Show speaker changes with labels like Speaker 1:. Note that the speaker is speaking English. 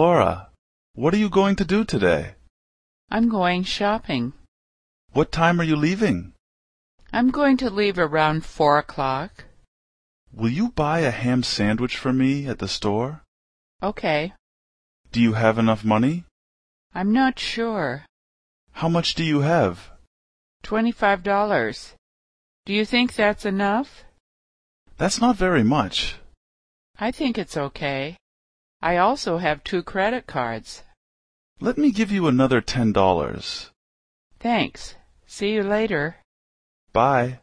Speaker 1: Laura, what are you going to do today?
Speaker 2: I'm going shopping.
Speaker 1: What time are you leaving?
Speaker 2: I'm going to leave around four o'clock.
Speaker 1: Will you buy a ham sandwich for me at the store?
Speaker 2: Okay.
Speaker 1: Do you have enough money?
Speaker 2: I'm not sure.
Speaker 1: How much do you have?
Speaker 2: Twenty-five dollars. Do you think that's enough?
Speaker 1: That's not very much.
Speaker 2: I think it's okay. I also have two credit cards.
Speaker 1: Let me give you another ten dollars.
Speaker 2: Thanks. See you later.
Speaker 1: Bye.